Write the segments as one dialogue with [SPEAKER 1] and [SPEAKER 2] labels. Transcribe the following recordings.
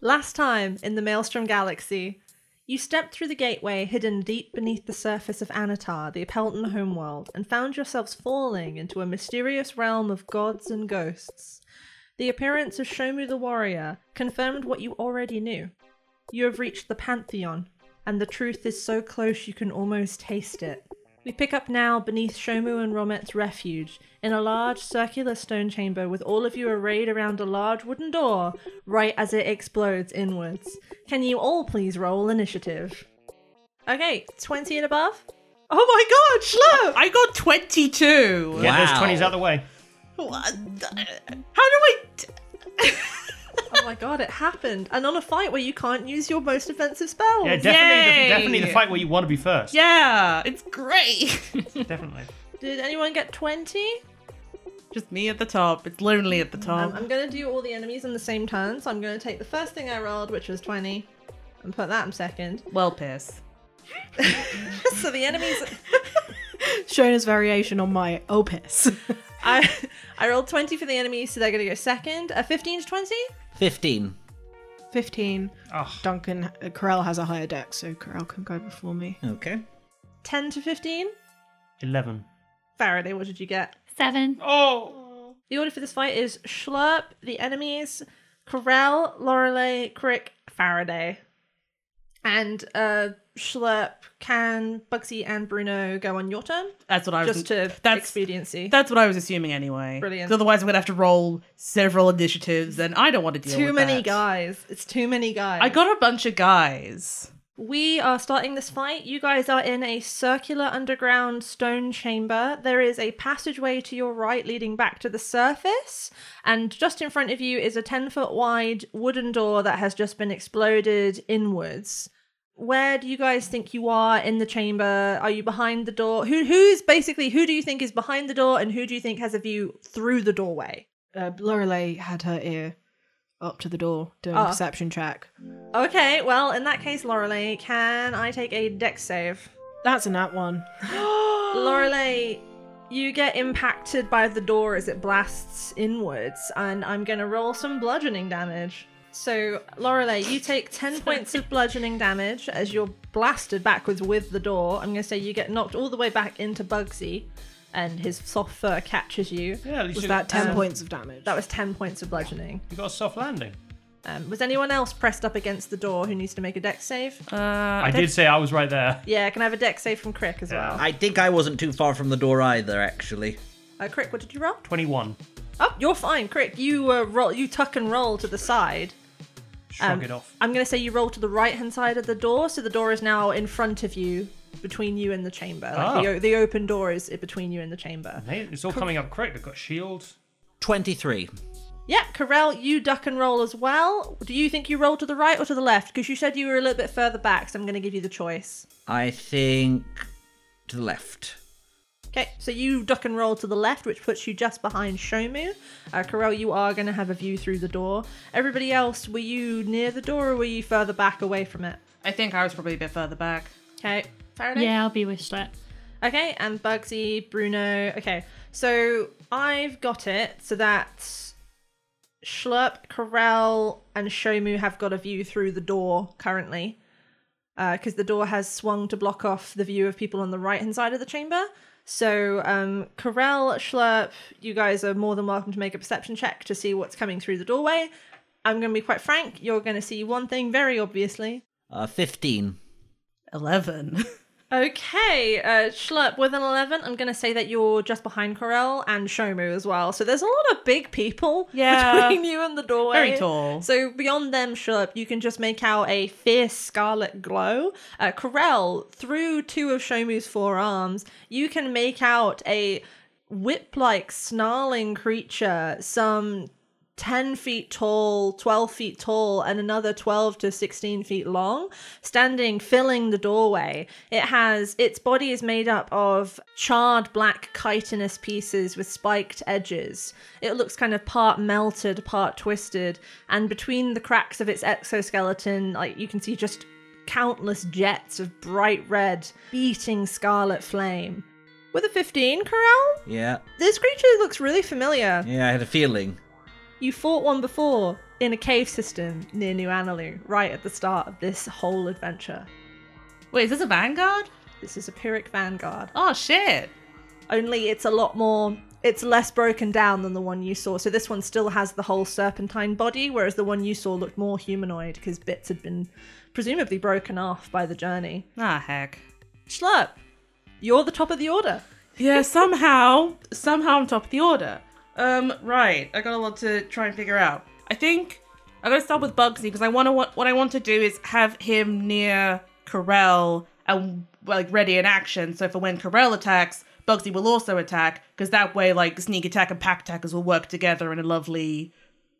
[SPEAKER 1] Last time in the Maelstrom Galaxy, you stepped through the gateway hidden deep beneath the surface of Anatar, the Appelton homeworld, and found yourselves falling into a mysterious realm of gods and ghosts. The appearance of Shomu the Warrior confirmed what you already knew. You have reached the Pantheon, and the truth is so close you can almost taste it. We pick up now beneath Shomu and Romet's refuge, in a large circular stone chamber with all of you arrayed around a large wooden door right as it explodes inwards. Can you all please roll initiative? Okay, 20 and above? Oh my god, Shlo!
[SPEAKER 2] I got 22.
[SPEAKER 3] Get those
[SPEAKER 4] Wow.
[SPEAKER 3] 20s out of the way.
[SPEAKER 2] What the- How do I. T-
[SPEAKER 1] oh my god, it happened. And on a fight where you can't use your most offensive spells.
[SPEAKER 3] Yeah, definitely,
[SPEAKER 2] Yay.
[SPEAKER 3] the, definitely the fight where you want to be first.
[SPEAKER 2] yeah, it's great.
[SPEAKER 3] Definitely.
[SPEAKER 1] Did anyone get 20?
[SPEAKER 2] Just me at the top. It's lonely at the top.
[SPEAKER 1] Um, I'm gonna do all the enemies in the same turn, so I'm gonna take the first thing I rolled, which was 20, and put that in second.
[SPEAKER 2] well, piss.
[SPEAKER 1] so the enemies.
[SPEAKER 5] Shona's variation on my opus.
[SPEAKER 1] I I rolled 20 for the enemies, so they're going to go second. A 15 to 20?
[SPEAKER 4] 15.
[SPEAKER 5] 15.
[SPEAKER 3] Oh,
[SPEAKER 5] Duncan, uh, Corell has a higher deck, so Corell can go before me.
[SPEAKER 4] Okay.
[SPEAKER 1] 10 to 15?
[SPEAKER 3] 11.
[SPEAKER 1] Faraday, what did you get?
[SPEAKER 6] Seven.
[SPEAKER 3] Oh!
[SPEAKER 1] The order for this fight is Schlurp, the enemies, Corell, Lorelei, Crick, Faraday. And uh, Schlurp, Can, Bugsy, and Bruno go on your turn,
[SPEAKER 2] That's what I was.
[SPEAKER 1] just to
[SPEAKER 2] that's
[SPEAKER 1] expediency.
[SPEAKER 2] that's what I was assuming anyway.
[SPEAKER 1] Brilliant.
[SPEAKER 2] 'Cause Otherwise, I'm gonna have to roll several initiatives, and I don't want to deal
[SPEAKER 1] too
[SPEAKER 2] with
[SPEAKER 1] many
[SPEAKER 2] that.
[SPEAKER 1] guys. It's too many guys.
[SPEAKER 2] I got a bunch of guys.
[SPEAKER 1] We are starting this fight. You guys are in a circular underground stone chamber. There is a passageway to your right leading back to the surface, and just in front of you is a 10 foot wide wooden door that has just been exploded inwards. Where do you guys think you are in the chamber? Are you behind the door? Who who's basically who do you think is behind the door and who do you think has a view through the doorway?
[SPEAKER 5] Uh, Lorelei had her ear up to the door doing
[SPEAKER 1] Ah.
[SPEAKER 5] a perception check.
[SPEAKER 1] Okay, well, in that case, Lorelei, can I take a dex save?
[SPEAKER 5] That's a nat one.
[SPEAKER 1] Lorelei, you get impacted by the door as it blasts inwards, and I'm gonna roll some bludgeoning damage. So, Lorelei, you take 10 points of bludgeoning damage as you're blasted backwards with the door. I'm gonna say you get knocked all the way back into Bugsy, and his soft fur catches you.
[SPEAKER 3] Yeah, at least
[SPEAKER 5] Was
[SPEAKER 3] you,
[SPEAKER 5] that 10
[SPEAKER 1] um,
[SPEAKER 5] points of damage?
[SPEAKER 1] That was 10 points of bludgeoning.
[SPEAKER 3] you got a soft landing.
[SPEAKER 1] Um, was anyone else pressed up against the door who needs to make a dex save?
[SPEAKER 2] Uh,
[SPEAKER 3] I did say I was right there.
[SPEAKER 1] Yeah, can I have a dex save from Crick as well?
[SPEAKER 4] I think I wasn't too far from the door either, actually.
[SPEAKER 1] Uh, Crick, what did you roll?
[SPEAKER 3] 21.
[SPEAKER 1] Oh, you're fine, Crick. You uh, roll, you tuck and roll to the side.
[SPEAKER 3] Shrug
[SPEAKER 1] Um,
[SPEAKER 3] it off.
[SPEAKER 1] I'm going to say you roll to the right hand side of the door, so the door is now in front of you, between you and the chamber. Like the,
[SPEAKER 3] Ah.
[SPEAKER 1] o- the open door is between you and the chamber.
[SPEAKER 3] Hey, it's all coming up quick. I've got shields.
[SPEAKER 4] 23.
[SPEAKER 1] Yep, Corell, you duck and roll as well. Do you think you roll to the right or to the left? Because you said you were a little bit further back, so I'm going to give you the choice.
[SPEAKER 4] I think to the left.
[SPEAKER 1] Okay, so you duck and roll to the left, which puts you just behind Shomu. Uh, Corel, you are going to have a view through the door. Everybody else, were you near the door or were you further back away from it?
[SPEAKER 2] I think I was probably a bit further back.
[SPEAKER 1] Okay, Faraday.
[SPEAKER 6] Yeah, I'll be with Schlep.
[SPEAKER 1] Okay, and Bugsy, Bruno. Okay, so I've got it so that Schlurp, Corel, and Shomu have got a view through the door currently. Because the door has swung to block off the view of people on the right hand side of the chamber. So, um, Corel, Schlurp, you guys are more than welcome to make a perception check to see what's coming through the doorway. I'm going to be quite frank, you're going to see one thing very obviously.
[SPEAKER 4] Uh, 15.
[SPEAKER 2] Eleven.
[SPEAKER 1] Okay, uh, Schlurp, with an 11, I'm going to say that you're just behind Corel and Shomu as well. So there's a lot of big people
[SPEAKER 2] Yeah.
[SPEAKER 1] between you and the doorway.
[SPEAKER 2] Very tall.
[SPEAKER 1] So beyond them, Schlurp, you can just make out a fierce scarlet glow. Uh, Corel, through two of Shomu's forearms, you can make out a whip like snarling creature, some 10 feet tall, 12 feet tall, and another 12 to 16 feet long, standing, filling the doorway. It has, its body is made up of charred black chitinous pieces with spiked edges. It looks kind of part melted, part twisted, and between the cracks of its exoskeleton, like you can see just countless jets of bright red, beating scarlet flame. With a 15, Corral?
[SPEAKER 4] Yeah.
[SPEAKER 1] This creature looks really familiar.
[SPEAKER 4] Yeah, I had a feeling.
[SPEAKER 1] You fought one before in a cave system near New Analu, right at the start of this whole adventure.
[SPEAKER 2] Wait, is this a vanguard?
[SPEAKER 1] This is a Pyrrhic Vanguard.
[SPEAKER 2] Oh shit!
[SPEAKER 1] Only it's a lot more, it's less broken down than the one you saw. So this one still has the whole serpentine body, whereas the one you saw looked more humanoid because bits had been presumably broken off by the journey.
[SPEAKER 2] Ah heck.
[SPEAKER 1] Schlurp, you're the top of the order.
[SPEAKER 2] Yeah, somehow, somehow I'm top of the order. Um, right. I got a lot to try and figure out. I think I'm gonna start with Bugsy because I want to. What, what I want to do is have him near Corell and well, like ready in action. So for when Corell attacks, Bugsy will also attack because that way, like sneak attack and pack attackers will work together in a lovely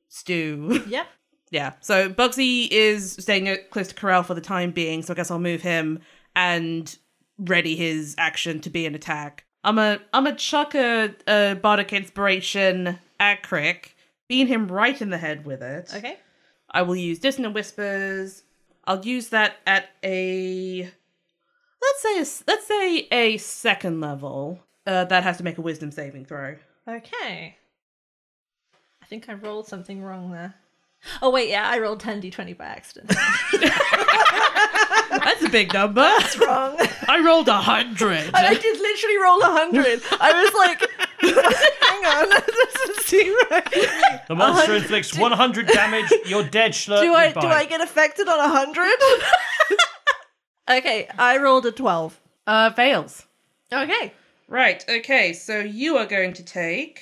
[SPEAKER 2] stew.
[SPEAKER 1] Yep.
[SPEAKER 2] Yeah. So Bugsy is staying near- close to Corral for the time being, so I guess I'll move him and ready his action to be an attack. I'm a I'm a chuck a, a bardic inspiration at Crick, beating him right in the head with it.
[SPEAKER 1] Okay.
[SPEAKER 2] I will use dissonant whispers. I'll use that at a let's say a s let's say a second level. Uh, that has to make a wisdom saving throw.
[SPEAKER 1] Okay. I think I rolled something wrong there. Oh wait, yeah, I rolled 10d20 by accident.
[SPEAKER 2] That's a big number.
[SPEAKER 1] wrong.
[SPEAKER 2] I rolled a hundred.
[SPEAKER 1] I did literally roll 100. I was like, hang on, that doesn't seem right.
[SPEAKER 3] The monster inflicts 100 damage. You're dead, Schlurp.
[SPEAKER 1] Uh-huh. Do I do
[SPEAKER 3] Goodbye.
[SPEAKER 1] I get affected on 100? okay, I rolled a 12.
[SPEAKER 2] Uh, fails.
[SPEAKER 1] Okay.
[SPEAKER 2] Right, okay, so you are going to take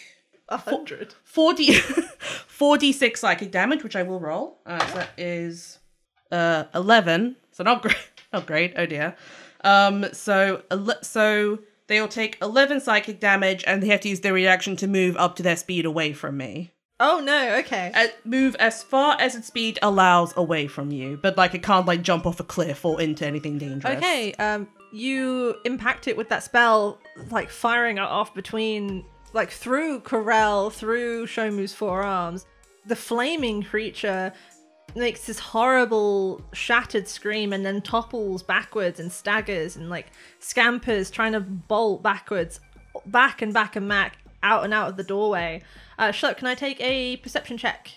[SPEAKER 1] 100.
[SPEAKER 2] 40, 46 psychic damage, which I will roll. Uh, so that is uh, 11. So not great. Not great. Oh dear. Um, so ele- so they will take 11 psychic damage and they have to use their reaction to move up to their speed away from me.
[SPEAKER 1] Oh no, okay.
[SPEAKER 2] Uh, move as far as its speed allows away from you, but like it can't like jump off a cliff or into anything dangerous.
[SPEAKER 1] Okay, um, you impact it with that spell, like firing it off between, like through Corel, through Shomu's forearms. The flaming creature makes this horrible, shattered scream and then topples backwards and staggers and like scampers, trying to bolt backwards, back and back and back, out and out of the doorway. Uh, Shlup, can I take a perception check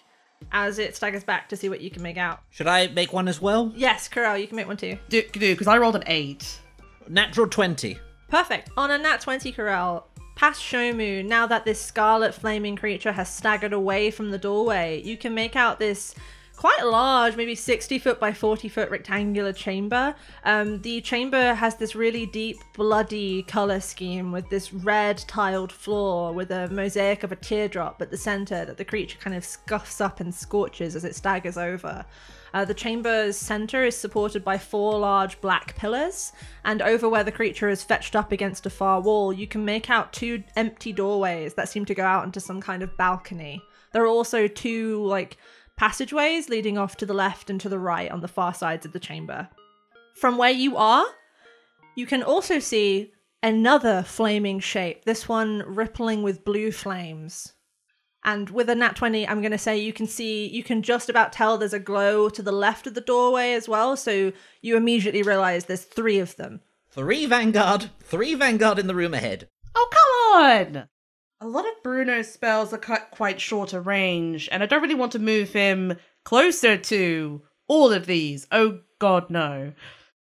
[SPEAKER 1] as it staggers back to see what you can make out?
[SPEAKER 4] Should I make one as well?
[SPEAKER 1] Yes, Corel, you can make one too.
[SPEAKER 2] Do because I rolled an eight.
[SPEAKER 4] Natural 20.
[SPEAKER 1] Perfect. On a nat 20 corral, past Shomu, now that this scarlet flaming creature has staggered away from the doorway, you can make out this quite large, maybe 60 foot by 40 foot rectangular chamber. Um, the chamber has this really deep, bloody color scheme with this red tiled floor with a mosaic of a teardrop at the center that the creature kind of scuffs up and scorches as it staggers over. Uh, the chamber's center is supported by four large black pillars, and over where the creature is fetched up against a far wall, you can make out two empty doorways that seem to go out into some kind of balcony. There are also two, like, passageways leading off to the left and to the right on the far sides of the chamber. From where you are, you can also see another flaming shape, this one rippling with blue flames. And with a nat 20, I'm going to say you can see, you can just about tell there's a glow to the left of the doorway as well. So you immediately realize there's three of them.
[SPEAKER 4] Three Vanguard. Three Vanguard in the room ahead.
[SPEAKER 2] Oh, come on! A lot of Bruno's spells are cu- quite shorter range, and I don't really want to move him closer to all of these. Oh, God, no.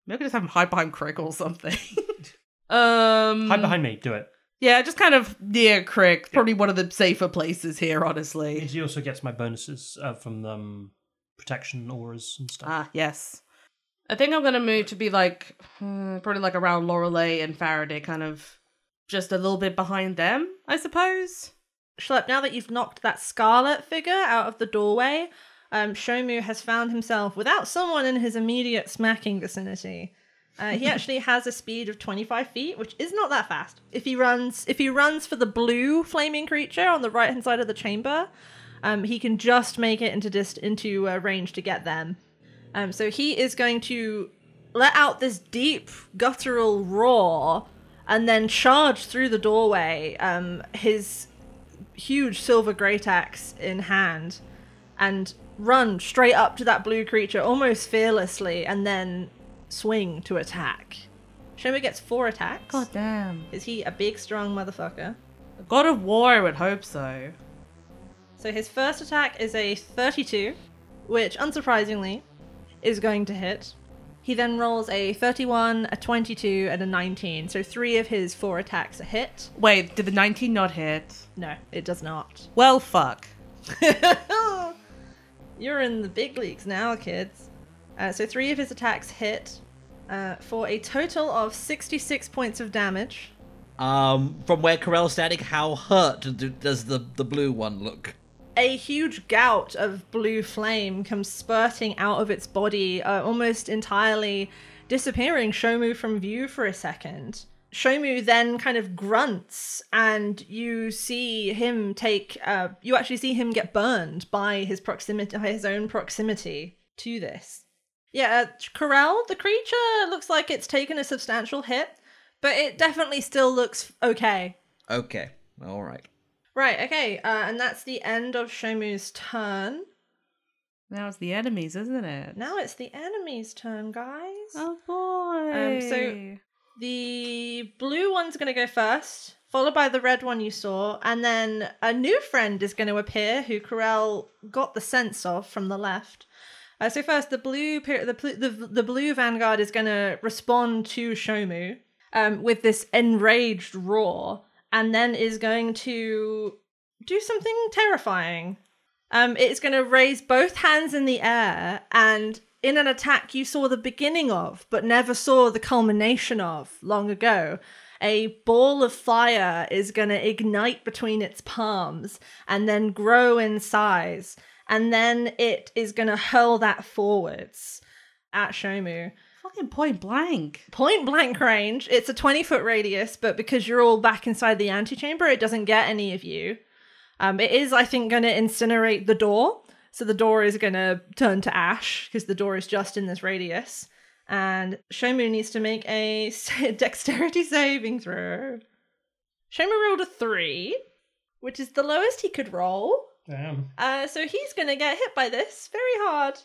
[SPEAKER 2] Maybe I could just have him hide behind Crick or something. um,
[SPEAKER 3] Hide behind me. Do it.
[SPEAKER 2] Yeah, just kind of near Crick. Probably one of the safer places here, honestly.
[SPEAKER 3] He also gets my bonuses uh, from um, protection auras and stuff.
[SPEAKER 2] Ah, yes. I think I'm going to move to be like, hmm, probably like around Lorelei and Faraday, kind of just a little bit behind them, I suppose.
[SPEAKER 1] Schlepp, now that you've knocked that scarlet figure out of the doorway, um, Shomu has found himself without someone in his immediate smacking vicinity. Uh, he actually has a speed of 25 feet, which is not that fast. If he runs, if he runs for the blue flaming creature on the right hand side of the chamber, um, he can just make it into dist- into uh, range to get them. Um, so he is going to let out this deep guttural roar and then charge through the doorway. Um, his huge silver great axe in hand and run straight up to that blue creature almost fearlessly and then swing to attack. Shoma gets four attacks.
[SPEAKER 2] damn.
[SPEAKER 1] Is he a big, strong motherfucker?
[SPEAKER 2] God of War, I would hope so.
[SPEAKER 1] So his first attack is a 32, which, unsurprisingly, is going to hit. He then rolls a 31, a 22, and a 19. So three of his four attacks are hit.
[SPEAKER 2] Wait, did the 19 not hit?
[SPEAKER 1] No, it does not.
[SPEAKER 2] Well, fuck.
[SPEAKER 1] You're in the big leagues now, kids. Uh, so three of his attacks hit uh, for a total of 66 points of damage.
[SPEAKER 4] Um, from where Corel Static, how hurt do, does the, the blue one look?
[SPEAKER 1] A huge gout of blue flame comes spurting out of its body, uh, almost entirely disappearing Shomu from view for a second. Shomu then kind of grunts, and you see him take. Uh, you actually see him get burned by his proximity, by his own proximity to this. Yeah, uh, Corel, the creature looks like it's taken a substantial hit, but it definitely still looks okay.
[SPEAKER 4] Okay, all right.
[SPEAKER 1] Right, okay, uh, and that's the end of Shomu's turn.
[SPEAKER 2] Now it's the enemies, isn't it?
[SPEAKER 1] Now it's the enemy's turn, guys.
[SPEAKER 2] Oh boy.
[SPEAKER 1] Um, so- The blue one's going to go first, followed by the red one you saw, and then a new friend is going to appear who Corel got the sense of from the left. Uh, so first, the blue pe- the, pl- the the blue vanguard is going to respond to Shomu um, with this enraged roar, and then is going to do something terrifying. Um, it's going to raise both hands in the air and in an attack you saw the beginning of, but never saw the culmination of long ago. A ball of fire is going to ignite between its palms and then grow in size. And then it is going to hurl that forwards at Shomu.
[SPEAKER 2] Fucking point blank.
[SPEAKER 1] Point blank range, it's a 20 foot radius, but because you're all back inside the antechamber, it doesn't get any of you. Um, it is, I think, going to incinerate the door. So the door is going to turn to ash because the door is just in this radius. And Shomu needs to make a s- dexterity saving throw. Shomu rolled a three, which is the lowest he could roll.
[SPEAKER 3] Damn.
[SPEAKER 1] Uh, so he's going to get hit by this very hard.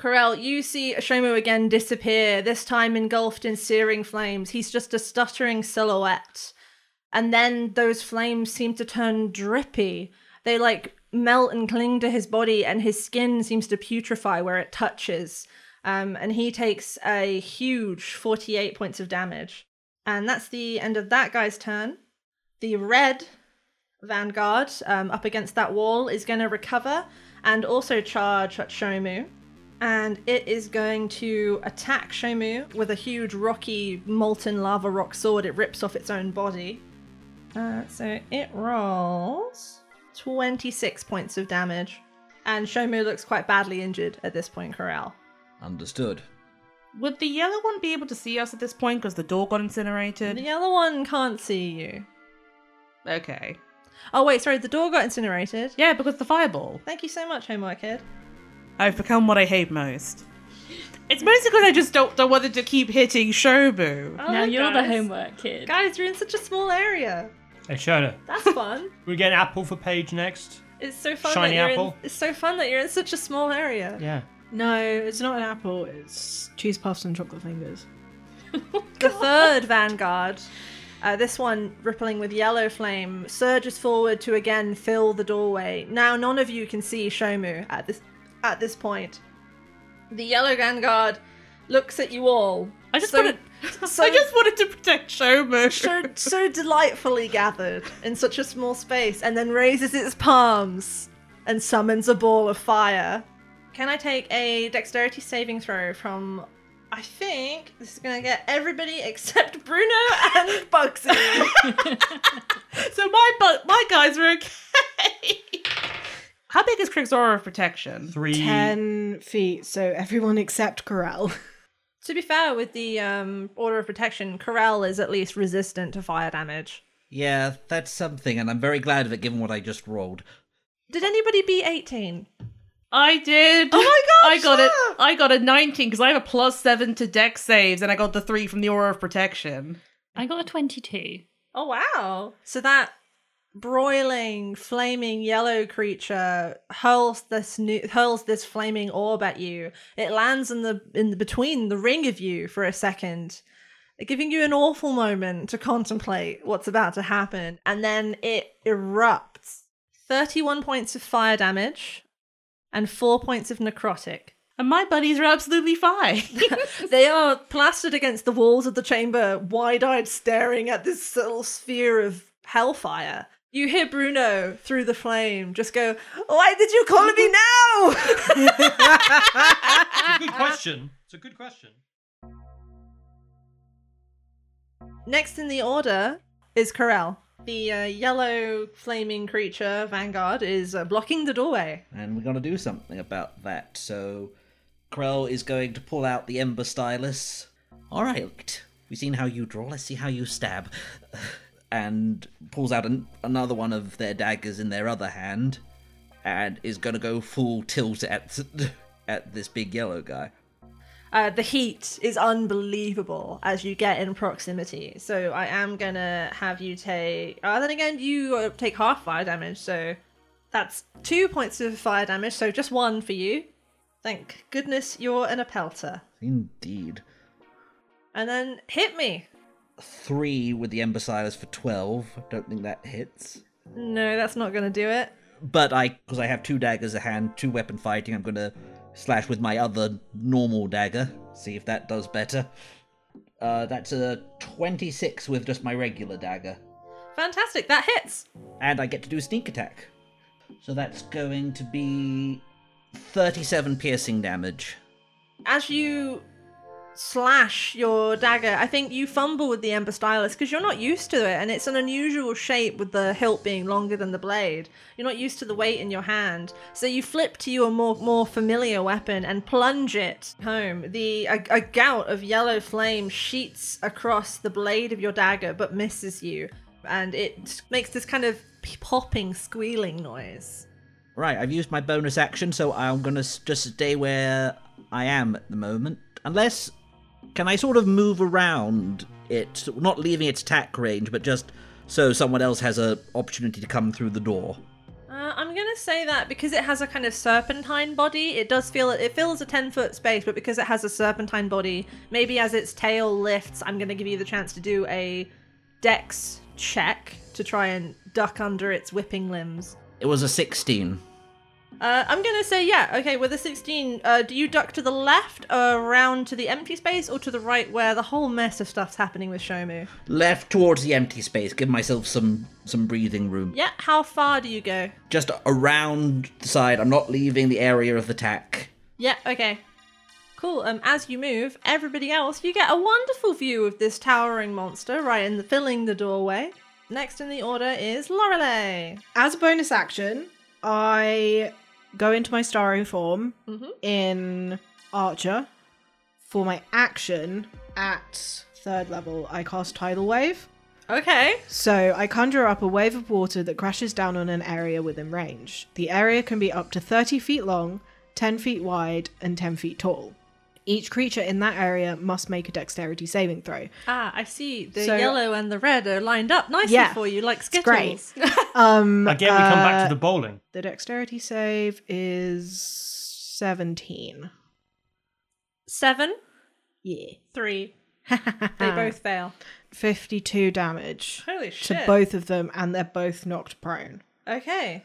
[SPEAKER 1] Corel, you see Shomu again disappear, this time engulfed in searing flames. He's just a stuttering silhouette. And then those flames seem to turn drippy. They like melt and cling to his body, and his skin seems to putrefy where it touches. Um, and he takes a huge 48 points of damage. And that's the end of that guy's turn. The red vanguard um, up against that wall is going to recover and also charge at Shomu. And it is going to attack Shomu with a huge rocky molten lava rock sword. It rips off its own body. Uh, so it rolls 26 points of damage. And Shomu looks quite badly injured at this point, Corral.
[SPEAKER 4] Understood.
[SPEAKER 2] Would the yellow one be able to see us at this point because the door got incinerated?
[SPEAKER 1] The other one can't see you.
[SPEAKER 2] Okay.
[SPEAKER 1] Oh, wait, sorry, the door got incinerated.
[SPEAKER 2] Yeah, because the fireball.
[SPEAKER 1] Thank you so much, Homework Kid.
[SPEAKER 2] I've become what I hate most. It's mostly because I just don't know whether to keep hitting Shobu.
[SPEAKER 1] Oh,
[SPEAKER 6] now you're the
[SPEAKER 1] guys.
[SPEAKER 6] homework kid.
[SPEAKER 1] Guys, you're in such a small area.
[SPEAKER 3] Hey, Shona,
[SPEAKER 1] That's fun.
[SPEAKER 3] we get an apple for Paige next.
[SPEAKER 1] It's so fun that
[SPEAKER 3] Shiny
[SPEAKER 1] you're
[SPEAKER 3] apple.
[SPEAKER 1] in. It's so fun that you're in such a small area.
[SPEAKER 3] Yeah.
[SPEAKER 5] No, it's not an apple. It's cheese puffs and chocolate fingers.
[SPEAKER 1] The third vanguard, uh, this one rippling with yellow flame, surges forward to again fill the doorway. Now none of you can see Shomu at this at this point. The yellow vanguard looks at you all.
[SPEAKER 2] I just
[SPEAKER 1] so,
[SPEAKER 2] wanted,
[SPEAKER 1] so-
[SPEAKER 2] I just wanted to protect Shobu.
[SPEAKER 1] so so delightfully gathered in such a small space, and then raises its palms and summons a ball of fire. Can I take a dexterity saving throw from? I think this is gonna get everybody except Bruno and Bugsy.
[SPEAKER 2] So my bu- my guys are okay. How big is Krig's aura of protection?
[SPEAKER 3] Three.
[SPEAKER 5] Ten feet, so everyone except Corral.
[SPEAKER 1] To be fair, with the um, Order of Protection, Corel is at least resistant to fire damage.
[SPEAKER 4] Yeah, that's something, and I'm very glad of it given what I just rolled.
[SPEAKER 1] Did anybody beat 18?
[SPEAKER 2] I did. Oh
[SPEAKER 1] my
[SPEAKER 2] I
[SPEAKER 1] gosh,
[SPEAKER 2] got it.
[SPEAKER 1] yeah.
[SPEAKER 2] I got a 19 because I have a plus seven to deck saves, and I got the three from the aura of protection.
[SPEAKER 6] I got a 22.
[SPEAKER 1] Oh, wow. So that broiling, flaming yellow creature hurls this new, hurls this flaming orb at you. It lands in the in the, between the ring of you for a second, giving you an awful moment to contemplate what's about to happen, and then it erupts. 31 points of fire damage and 4 points of necrotic.
[SPEAKER 2] And my buddies are absolutely fine.
[SPEAKER 1] They are plastered against the walls of the chamber, wide eyed, staring at this little sphere of hellfire. You hear Bruno through the flame just go, Why did you call me now?
[SPEAKER 3] It's a good question. It's a good question.
[SPEAKER 1] Next in the order is Corel. The uh, yellow flaming creature, Vanguard, is uh, blocking the doorway.
[SPEAKER 4] and we're going to do something about that. So Krell is going to pull out the Ember Stylus. All right, we've seen how you draw. Let's see how you stab. And pulls out an- another one of their daggers in their other hand, and is going to go full tilt at at this big yellow guy.
[SPEAKER 1] Uh, the heat is unbelievable as you get in proximity. So I am gonna have you take. Uh, then again, you uh, take half fire damage, so that's two points of fire damage. So just one for you. Thank goodness you're an appelter.
[SPEAKER 4] Indeed,
[SPEAKER 1] And then hit me.
[SPEAKER 4] three with the Ember Stylus for twelve. Don't think that hits.
[SPEAKER 1] No, that's not gonna do it.
[SPEAKER 4] but I because I have two daggers a hand, two weapon fighting, I'm gonna slash with my other normal dagger. See if that does better. Uh, that's a 26 with just my regular dagger,
[SPEAKER 1] Fantastic, that hits.
[SPEAKER 4] and I get to do sneak attack. So that's going to be 37 piercing damage.
[SPEAKER 1] as you slash your dagger, I think you fumble with the ember stylus because you're not used to it, and it's an unusual shape with the hilt being longer than the blade. You're not used to the weight in your hand, so you flip to your more more familiar weapon and plunge it home. The a, a gout of yellow flame sheets across the blade of your dagger, but misses you, and it makes this kind of popping, squealing noise.
[SPEAKER 4] Right, I've used my bonus action, so I'm gonna s- just stay where I am at the moment. Unless, can I sort of move around it, not leaving its attack range, but just so someone else has a opportunity to come through the door?
[SPEAKER 1] Uh, I'm gonna say that because it has a kind of serpentine body, it does feel it fills a ten foot space, but because it has a serpentine body, maybe as its tail lifts, I'm gonna give you the chance to do a dex check to try and duck under its whipping limbs.
[SPEAKER 4] It was a 16.
[SPEAKER 1] Uh, I'm gonna say yeah, okay. With a 16, uh, do you duck to the left, uh, around to the empty space, or to the right where the whole mess of stuff's happening with Shomu?
[SPEAKER 4] Left towards the empty space, give myself some some breathing room.
[SPEAKER 1] Yeah, how far do you go?
[SPEAKER 4] Just around the side. I'm not leaving the area of attack.
[SPEAKER 1] Yeah, okay. Cool. Um, as you move, everybody else, you get a wonderful view of this towering monster right in the filling the doorway. Next in the order is Lorelei.
[SPEAKER 5] As a bonus action, I go into my starry form in Archer. For my action at third level, I cast Tidal Wave.
[SPEAKER 1] Okay.
[SPEAKER 5] So I conjure up a wave of water that crashes down on an area within range. The area can be up to 30 feet long, 10 feet wide, and 10 feet tall. Each creature in that area must make a dexterity saving throw.
[SPEAKER 1] Ah, I see. The
[SPEAKER 5] So-
[SPEAKER 1] yellow and the red are lined up nicely
[SPEAKER 5] Yeah.
[SPEAKER 1] for you, like
[SPEAKER 5] It's great.
[SPEAKER 1] Skittles. Um,
[SPEAKER 3] Again, we come
[SPEAKER 1] uh,
[SPEAKER 3] back to the bowling.
[SPEAKER 5] The dexterity save is 17.
[SPEAKER 1] Seven,
[SPEAKER 5] Yeah.
[SPEAKER 1] three. they both fail.
[SPEAKER 5] 52 damage
[SPEAKER 1] Holy
[SPEAKER 5] to
[SPEAKER 1] shit.
[SPEAKER 5] both of them, and they're both knocked prone.
[SPEAKER 1] Okay.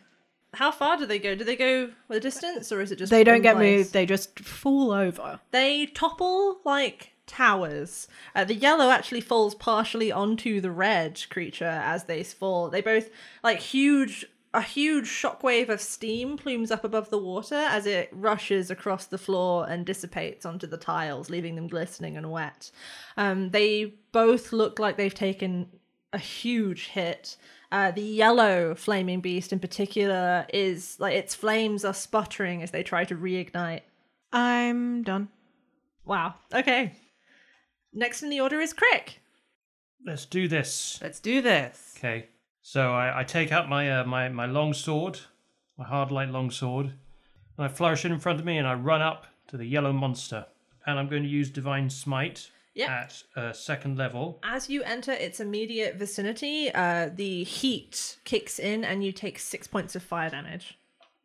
[SPEAKER 1] How far do they go? Do they go the distance, or is it just
[SPEAKER 5] They don't
[SPEAKER 1] in
[SPEAKER 5] get
[SPEAKER 1] place?
[SPEAKER 5] moved, they just fall over.
[SPEAKER 1] They topple like towers. Uh, the yellow actually falls partially onto the red creature as they fall. They both like huge a huge shockwave of steam plumes up above the water as it rushes across the floor and dissipates onto the tiles, leaving them glistening and wet. Um, they both look like they've taken a huge hit. Uh, the yellow flaming beast in particular is like its flames are sputtering as they try to reignite.
[SPEAKER 5] I'm done.
[SPEAKER 1] Wow. Okay. Next in the order is Crick.
[SPEAKER 3] Let's do this.
[SPEAKER 2] Let's do this.
[SPEAKER 3] Okay. So I, I take out my uh, my my long sword, my hard light long sword, and I flourish it in front of me, and I run up to the yellow monster, and I'm going to use divine smite
[SPEAKER 1] Yep.
[SPEAKER 3] at uh, second level.
[SPEAKER 1] As you enter its immediate vicinity, uh, the heat kicks in and you take six points of fire damage.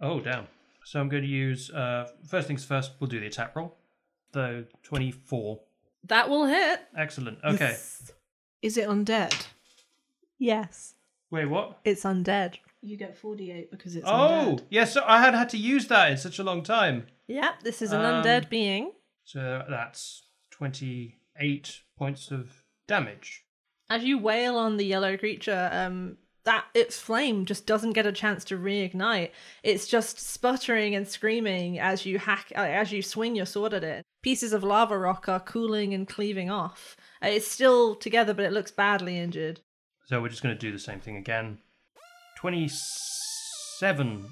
[SPEAKER 3] Oh damn! So I'm going to use uh, first things first. We'll do the attack roll. Though twenty four.
[SPEAKER 1] That will hit.
[SPEAKER 3] Excellent. Okay.
[SPEAKER 5] Is it undead?
[SPEAKER 1] Yes,
[SPEAKER 3] Wait, what?
[SPEAKER 1] it's undead.
[SPEAKER 5] You get 48 because it's
[SPEAKER 3] oh, yes. so I had had to use that in such a long time.
[SPEAKER 1] Yep, this is an
[SPEAKER 3] Um,
[SPEAKER 1] undead being.
[SPEAKER 3] So that's twenty-eight points of damage.
[SPEAKER 1] As you wail on the yellow creature, um, that its flame just doesn't get a chance to reignite. It's just sputtering and screaming as you hack, uh, as you swing your sword at it. Pieces of lava rock are cooling and cleaving off. Uh, It's still together, but it looks badly injured.
[SPEAKER 3] So we're just going to do the same thing again. 27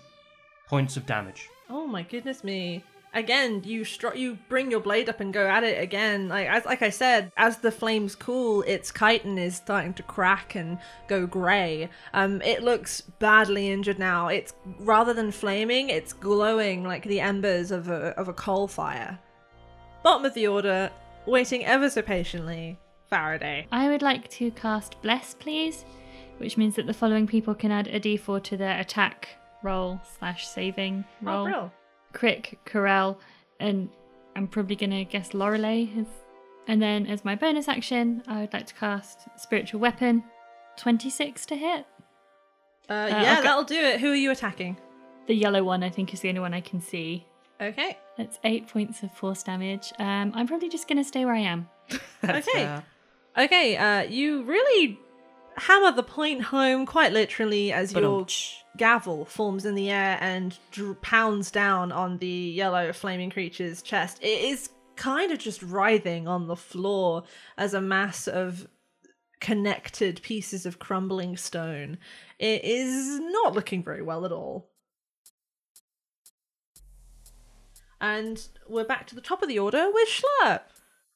[SPEAKER 3] points of damage.
[SPEAKER 1] Oh my goodness me. Again, you str- you bring your blade up and go at it again. Like as like I said, as the flames cool, its chitin is starting to crack and go grey. Um, it looks badly injured now. It's rather than flaming, it's glowing like the embers of a of a coal fire. Bottom of the order, waiting ever so patiently, Faraday.
[SPEAKER 6] I would like to cast Bless, please, which means that the following people can add a d4 to their attack roll slash saving
[SPEAKER 1] Oh,
[SPEAKER 6] roll.
[SPEAKER 1] brill.
[SPEAKER 6] Crick, Corell, and I'm probably going to guess Lorelei. Is... And then as my bonus action, I would like to cast Spiritual Weapon. 26 to hit.
[SPEAKER 1] Uh, yeah,
[SPEAKER 6] okay.
[SPEAKER 1] that'll do it. Who are you attacking?
[SPEAKER 6] The yellow one, I think, is the only one I can see.
[SPEAKER 1] Okay.
[SPEAKER 6] That's eight points of force damage. Um, I'm probably just going to stay where I am.
[SPEAKER 2] That's,
[SPEAKER 1] Okay.
[SPEAKER 2] uh,
[SPEAKER 1] Okay, uh, you really hammer the point home quite literally as your gavel forms in the air and dr- pounds down on the yellow flaming creature's chest. It is kind of just writhing on the floor as a mass of connected pieces of crumbling stone. It is not looking very well at all. And we're back to the top of the order with Schlurp.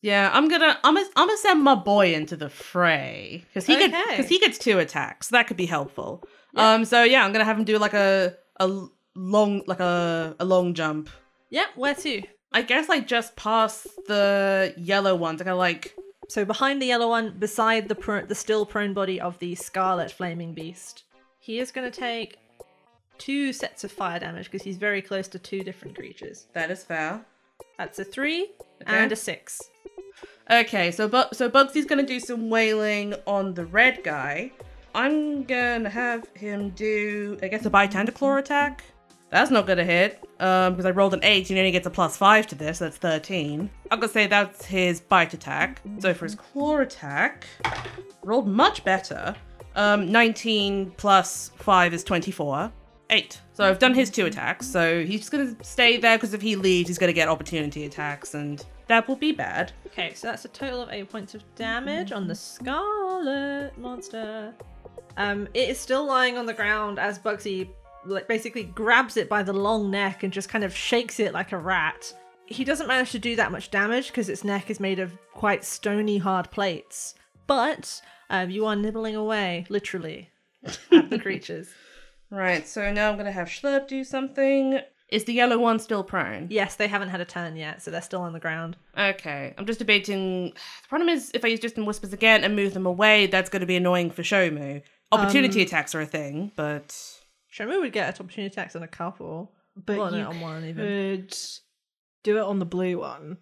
[SPEAKER 2] Yeah, I'm gonna I'm gonna, I'm gonna send my boy into the fray because he could
[SPEAKER 1] Okay.
[SPEAKER 2] because he gets two attacks. So that could be helpful. Um, so yeah, I'm gonna have him do like a a l- long like a a long jump.
[SPEAKER 1] Yep, where to?
[SPEAKER 2] I guess like just past the yellow ones. I gotta like
[SPEAKER 1] So behind the yellow one, beside the pr- the still prone body of the scarlet flaming beast, he is going to take two sets of fire damage because he's very close to two different creatures.
[SPEAKER 2] that is fair.
[SPEAKER 1] That's a three and a six.
[SPEAKER 2] Okay, so Bu- so Bugsy's gonna do some wailing on the red guy. I'm gonna have him do I guess a bystander claw attack. That's not gonna hit um, because I rolled an eight. and He only gets a plus five to this. That's thirteen. I'm gonna say that's his bite attack. So for his claw attack, rolled much better. Um, 19 plus five is 24. Eight. So I've done his two attacks. So he's just gonna stay there because if he leaves, he's gonna get opportunity attacks, and that will be bad.
[SPEAKER 1] Okay, so that's a total of eight points of damage on the scarlet monster. Um, it is still lying on the ground as Bugsy like, basically grabs it by the long neck and just kind of shakes it like a rat. He doesn't manage to do that much damage because its neck is made of quite stony hard plates. But um, you are nibbling away, literally, at the creatures.
[SPEAKER 2] Right, so now I'm gonna have Schlurp do something. Is the yellow one still prone?
[SPEAKER 1] Yes, they haven't had a turn yet, so they're still on the ground.
[SPEAKER 2] Okay, I'm just debating. The problem is, if I use Distant Whispers again and move them away, that's gonna be annoying for Shomu. Opportunity attacks are a thing, but.
[SPEAKER 1] Shomu would get opportunity attacks on a couple.
[SPEAKER 5] But
[SPEAKER 1] Well, no,
[SPEAKER 5] you
[SPEAKER 1] on one even.
[SPEAKER 5] could do it on the blue one.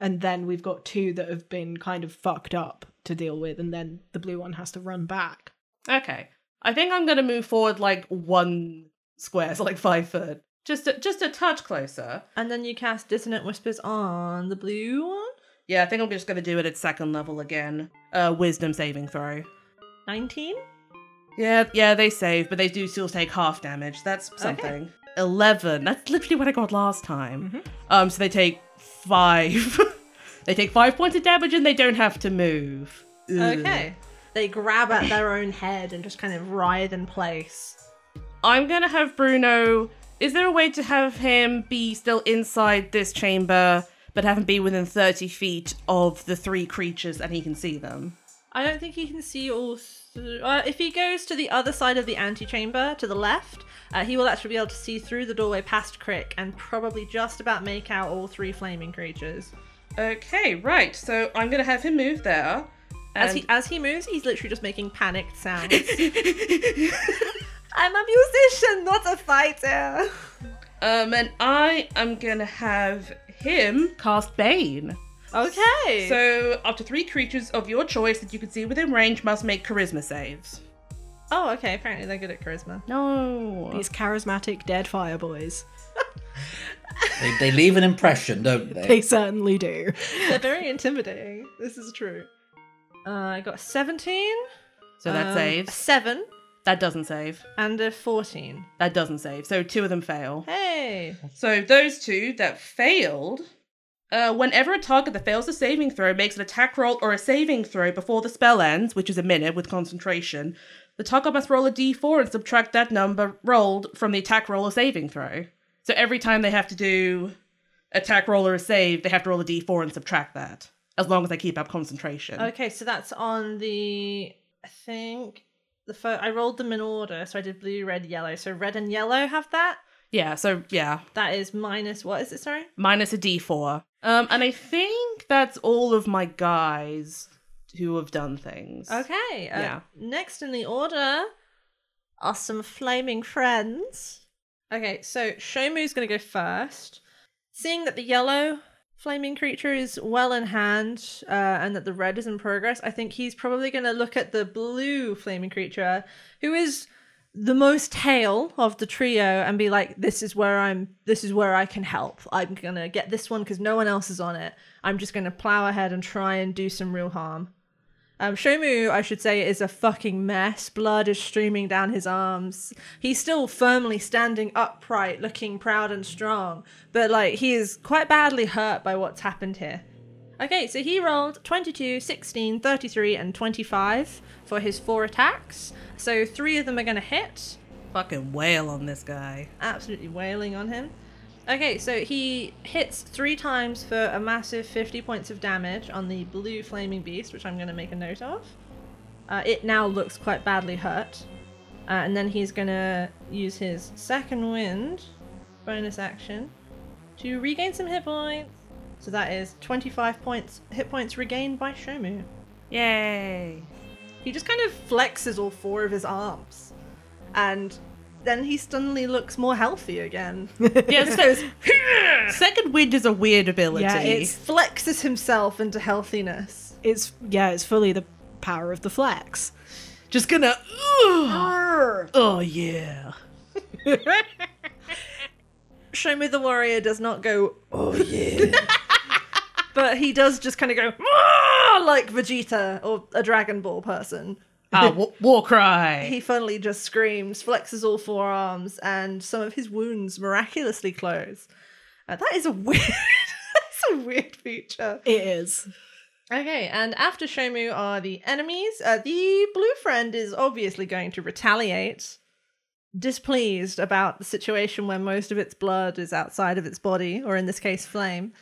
[SPEAKER 5] And then we've got two that have been kind of fucked up to deal with, and then the blue one has to run back.
[SPEAKER 2] Okay. I think I'm gonna move forward like one square, so like five foot. Just a, just a touch closer.
[SPEAKER 1] And then you cast Dissonant Whispers on the blue one.
[SPEAKER 2] Yeah, I think I'm just gonna do it at second level again. Uh, wisdom saving throw.
[SPEAKER 1] 19?
[SPEAKER 2] Yeah, yeah, they save, but they do still take half damage. That's something. Eleven. That's literally what I got last time. Um, so they take five. they take five points of damage, and they don't have to move. Ugh.
[SPEAKER 1] Okay. They grab at their own head and just kind of writhe in place.
[SPEAKER 2] I'm gonna have Bruno. Is there a way to have him be still inside this chamber, but have them be within 30 feet of the three creatures and he can see them.
[SPEAKER 1] I don't think he can see all. Through. Uh, if he goes to the other side of the antechamber, to the left, uh, he will actually be able to see through the doorway past Crick and probably just about make out all three flaming creatures.
[SPEAKER 2] Okay, right. So I'm going to have him move there.
[SPEAKER 1] As
[SPEAKER 2] and-
[SPEAKER 1] he as he moves, he's literally just making panicked sounds. I'm a musician, not a fighter.
[SPEAKER 2] um, and I am going to have him cast Bane.
[SPEAKER 1] Okay.
[SPEAKER 2] So up to three creatures of your choice that you can see within range must make charisma saves.
[SPEAKER 1] oh, okay. Apparently they're good at charisma.
[SPEAKER 2] No.
[SPEAKER 5] These charismatic dead fire boys.
[SPEAKER 4] They, they leave an impression, don't they?
[SPEAKER 5] They certainly do.
[SPEAKER 1] They're very intimidating. This is true. Uh, I got 17.
[SPEAKER 2] so that
[SPEAKER 1] um, a
[SPEAKER 2] saves.
[SPEAKER 1] Seven
[SPEAKER 2] That doesn't save.
[SPEAKER 1] and a 14.
[SPEAKER 2] That doesn't save. So two of them fail.
[SPEAKER 1] Hey.
[SPEAKER 2] So those two that failed, uh, whenever a target that fails a saving throw makes an attack roll or a saving throw before the spell ends, which is a minute with concentration, the target must roll a d4 and subtract that number rolled from the attack roll or saving throw. So every time they have to do attack roll or a save, they have to roll a d4 and subtract that. As long as they keep up concentration.
[SPEAKER 1] Okay, so that's on the. I think. the fo- I rolled them in order, so I did blue, red, yellow. So red and yellow have that.
[SPEAKER 2] Yeah, so yeah,
[SPEAKER 1] That is minus. What is it? Sorry.
[SPEAKER 2] minus a d4. Um, and I think that's all of my guys who have done things.
[SPEAKER 1] Okay. Uh,
[SPEAKER 2] Yeah.
[SPEAKER 1] Next in the order are some flaming friends. Okay, so Shomu's going to go first. Seeing that the yellow flaming creature is well in hand uh, and that the red is in progress, I think he's probably going to look at the blue flaming creature, who is the most tail of the trio and be like this is where i'm this is where i can help i'm gonna get this one because no one else is on it i'm just gonna plow ahead and try and do some real harm um, Shomu, I should say, is a fucking mess. Blood is streaming down his arms. He's still firmly standing upright, looking proud and strong, but like he is quite badly hurt by what's happened here. Okay, so he rolled 22, 16, 33, and 25 for his four attacks. So three of them are going to hit.
[SPEAKER 2] fucking wail on this guy.
[SPEAKER 1] Absolutely wailing on him. Okay, so he hits three times for a massive 50 points of damage on the blue flaming beast, which I'm going to make a note of. Uh, it now looks quite badly hurt. Uh, and then he's going to use his second wind bonus action to regain some hit points. So that is 25 points hit points regained by Shomu.
[SPEAKER 2] Yay.
[SPEAKER 1] He just kind of flexes all four of his arms. And then he suddenly looks more healthy again.
[SPEAKER 2] Yeah, se- second wind is a weird ability.
[SPEAKER 5] Yeah, it's-
[SPEAKER 1] flexes himself into healthiness.
[SPEAKER 5] It's yeah, it's fully the power of the flex.
[SPEAKER 2] just gonna. Ugh, oh yeah.
[SPEAKER 1] Show me the warrior does not go, oh yeah. but he does just kind of go, "Ah," like Vegeta or a Dragon Ball person.
[SPEAKER 2] Ah, wa- war cry.
[SPEAKER 1] He finally just screams, flexes all four arms, and some of his wounds miraculously close. Uh, that is a weird. that's a weird feature.
[SPEAKER 5] It is.
[SPEAKER 1] Okay, and after Shomu are the enemies. Uh, the blue friend is obviously going to retaliate, displeased about the situation where most of its blood is outside of its body, or in this case, flame.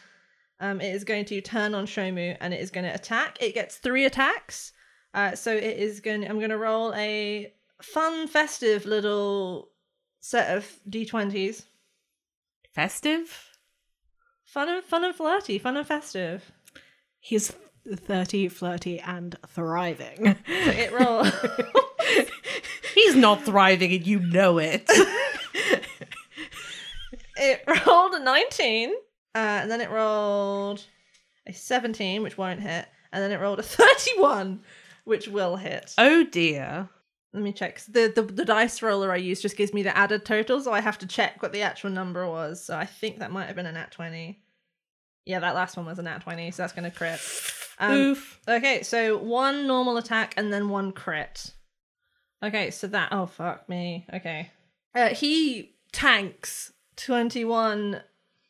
[SPEAKER 1] Um, it is going to turn on Shomu and it is going to attack. It gets three attacks, uh, so it is going. I'm going to roll a fun, festive little set of d20s.
[SPEAKER 2] Festive.
[SPEAKER 1] Fun and fun and flirty, fun and festive.
[SPEAKER 5] He's thirty, flirty, and thriving.
[SPEAKER 1] So it rolls.
[SPEAKER 2] He's not thriving, and you know it.
[SPEAKER 1] it rolled a 19 uh, and then it rolled a 17 which won't hit and then it rolled a 31 which will hit
[SPEAKER 2] oh dear.
[SPEAKER 1] let me check 'cause the, the the dice roller i use just gives me the added total so i have to check what the actual number was so i think that might have been a nat 20 yeah that last one was a nat 20 so that's gonna crit um,
[SPEAKER 2] Oof.
[SPEAKER 1] Okay, so one normal attack and then one crit. Okay, so that. Oh, fuck me. Okay. Uh, he tanks 21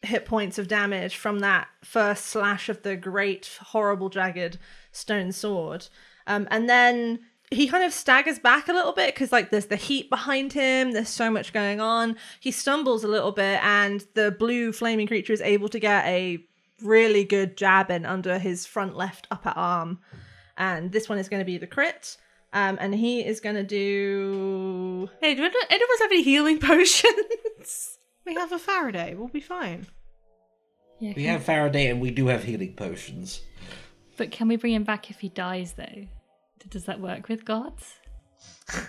[SPEAKER 1] hit points of damage from that first slash of the great, horrible, jagged stone sword. Um, and then he kind of staggers back a little bit because, like, there's the heat behind him, there's so much going on. He stumbles a little bit, and the blue flaming creature is able to get a really good jab in under his front left upper arm. And this one is going to be the crit. Um, and he is going to do.
[SPEAKER 2] Hey, do any any of us have any healing potions?
[SPEAKER 5] We have a Faraday. We'll be fine.
[SPEAKER 6] Yeah,
[SPEAKER 4] We
[SPEAKER 6] can-
[SPEAKER 4] have Faraday and we do have healing potions.
[SPEAKER 6] But can we bring him back if he dies, though? Does that work with gods?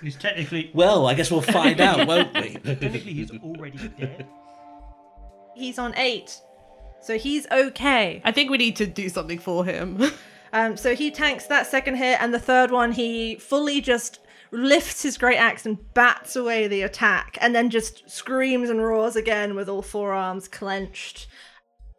[SPEAKER 3] He's technically
[SPEAKER 4] Well, I guess we'll find out, won't we?
[SPEAKER 3] technically he's already dead.
[SPEAKER 1] He's on eight. So he's okay.
[SPEAKER 2] I think we need to do something for him.
[SPEAKER 1] Um, so he tanks that second hit, and the third one he fully just lifts his great axe and bats away the attack, and then just screams and roars again with all four arms clenched.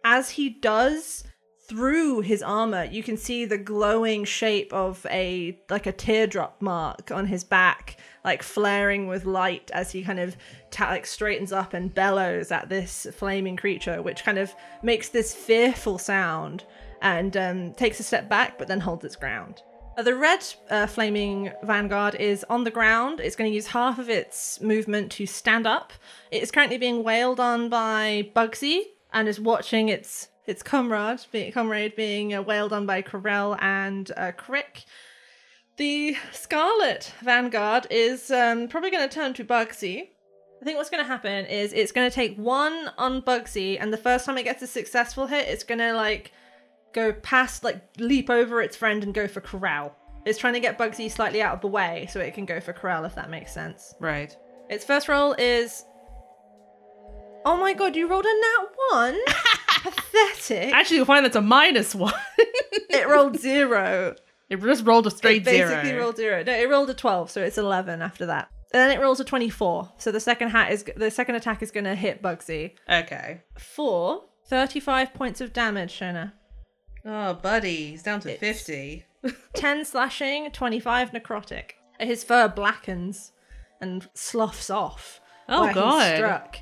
[SPEAKER 1] As he does, through his armor, you can see the glowing shape of a like a teardrop mark on his back, like flaring with light as he kind of ta- like straightens up and bellows at this flaming creature, which kind of makes this fearful sound and um, takes a step back, but then holds its ground. Uh, The red uh, flaming vanguard is on the ground. It's going to use half of its movement to stand up. It is currently being wailed on by Bugsy and is watching its its comrade, be, comrade being uh, wailed on by Corell and uh, Crick. The Scarlet Vanguard is um, probably going to turn to Bugsy. I think what's going to happen is it's going to take one on Bugsy, and the first time it gets a successful hit, it's going to like go past, like leap over its friend and go for Corral. It's trying to get Bugsy slightly out of the way so it can go for Corral, if that makes sense.
[SPEAKER 2] right.
[SPEAKER 1] Its first roll is. Oh my god, you rolled a nat one? Pathetic.
[SPEAKER 2] Actually, you'll find that's a minus one.
[SPEAKER 1] It rolled zero.
[SPEAKER 2] it just rolled a straight
[SPEAKER 1] it basically
[SPEAKER 2] zero.
[SPEAKER 1] rolled zero. No, it rolled a twelve, so it's eleven after that. And then it rolls a twenty-four. So the second hat is the second attack is gonna hit Bugsy
[SPEAKER 2] Okay.
[SPEAKER 1] for 35 points of damage, Shona.
[SPEAKER 2] Oh, buddy, he's down to
[SPEAKER 1] It's-
[SPEAKER 2] fifty.
[SPEAKER 1] 10 slashing, 25 necrotic. His fur blackens and sloughs off.
[SPEAKER 2] Oh,
[SPEAKER 1] where he's
[SPEAKER 2] God.
[SPEAKER 1] struck.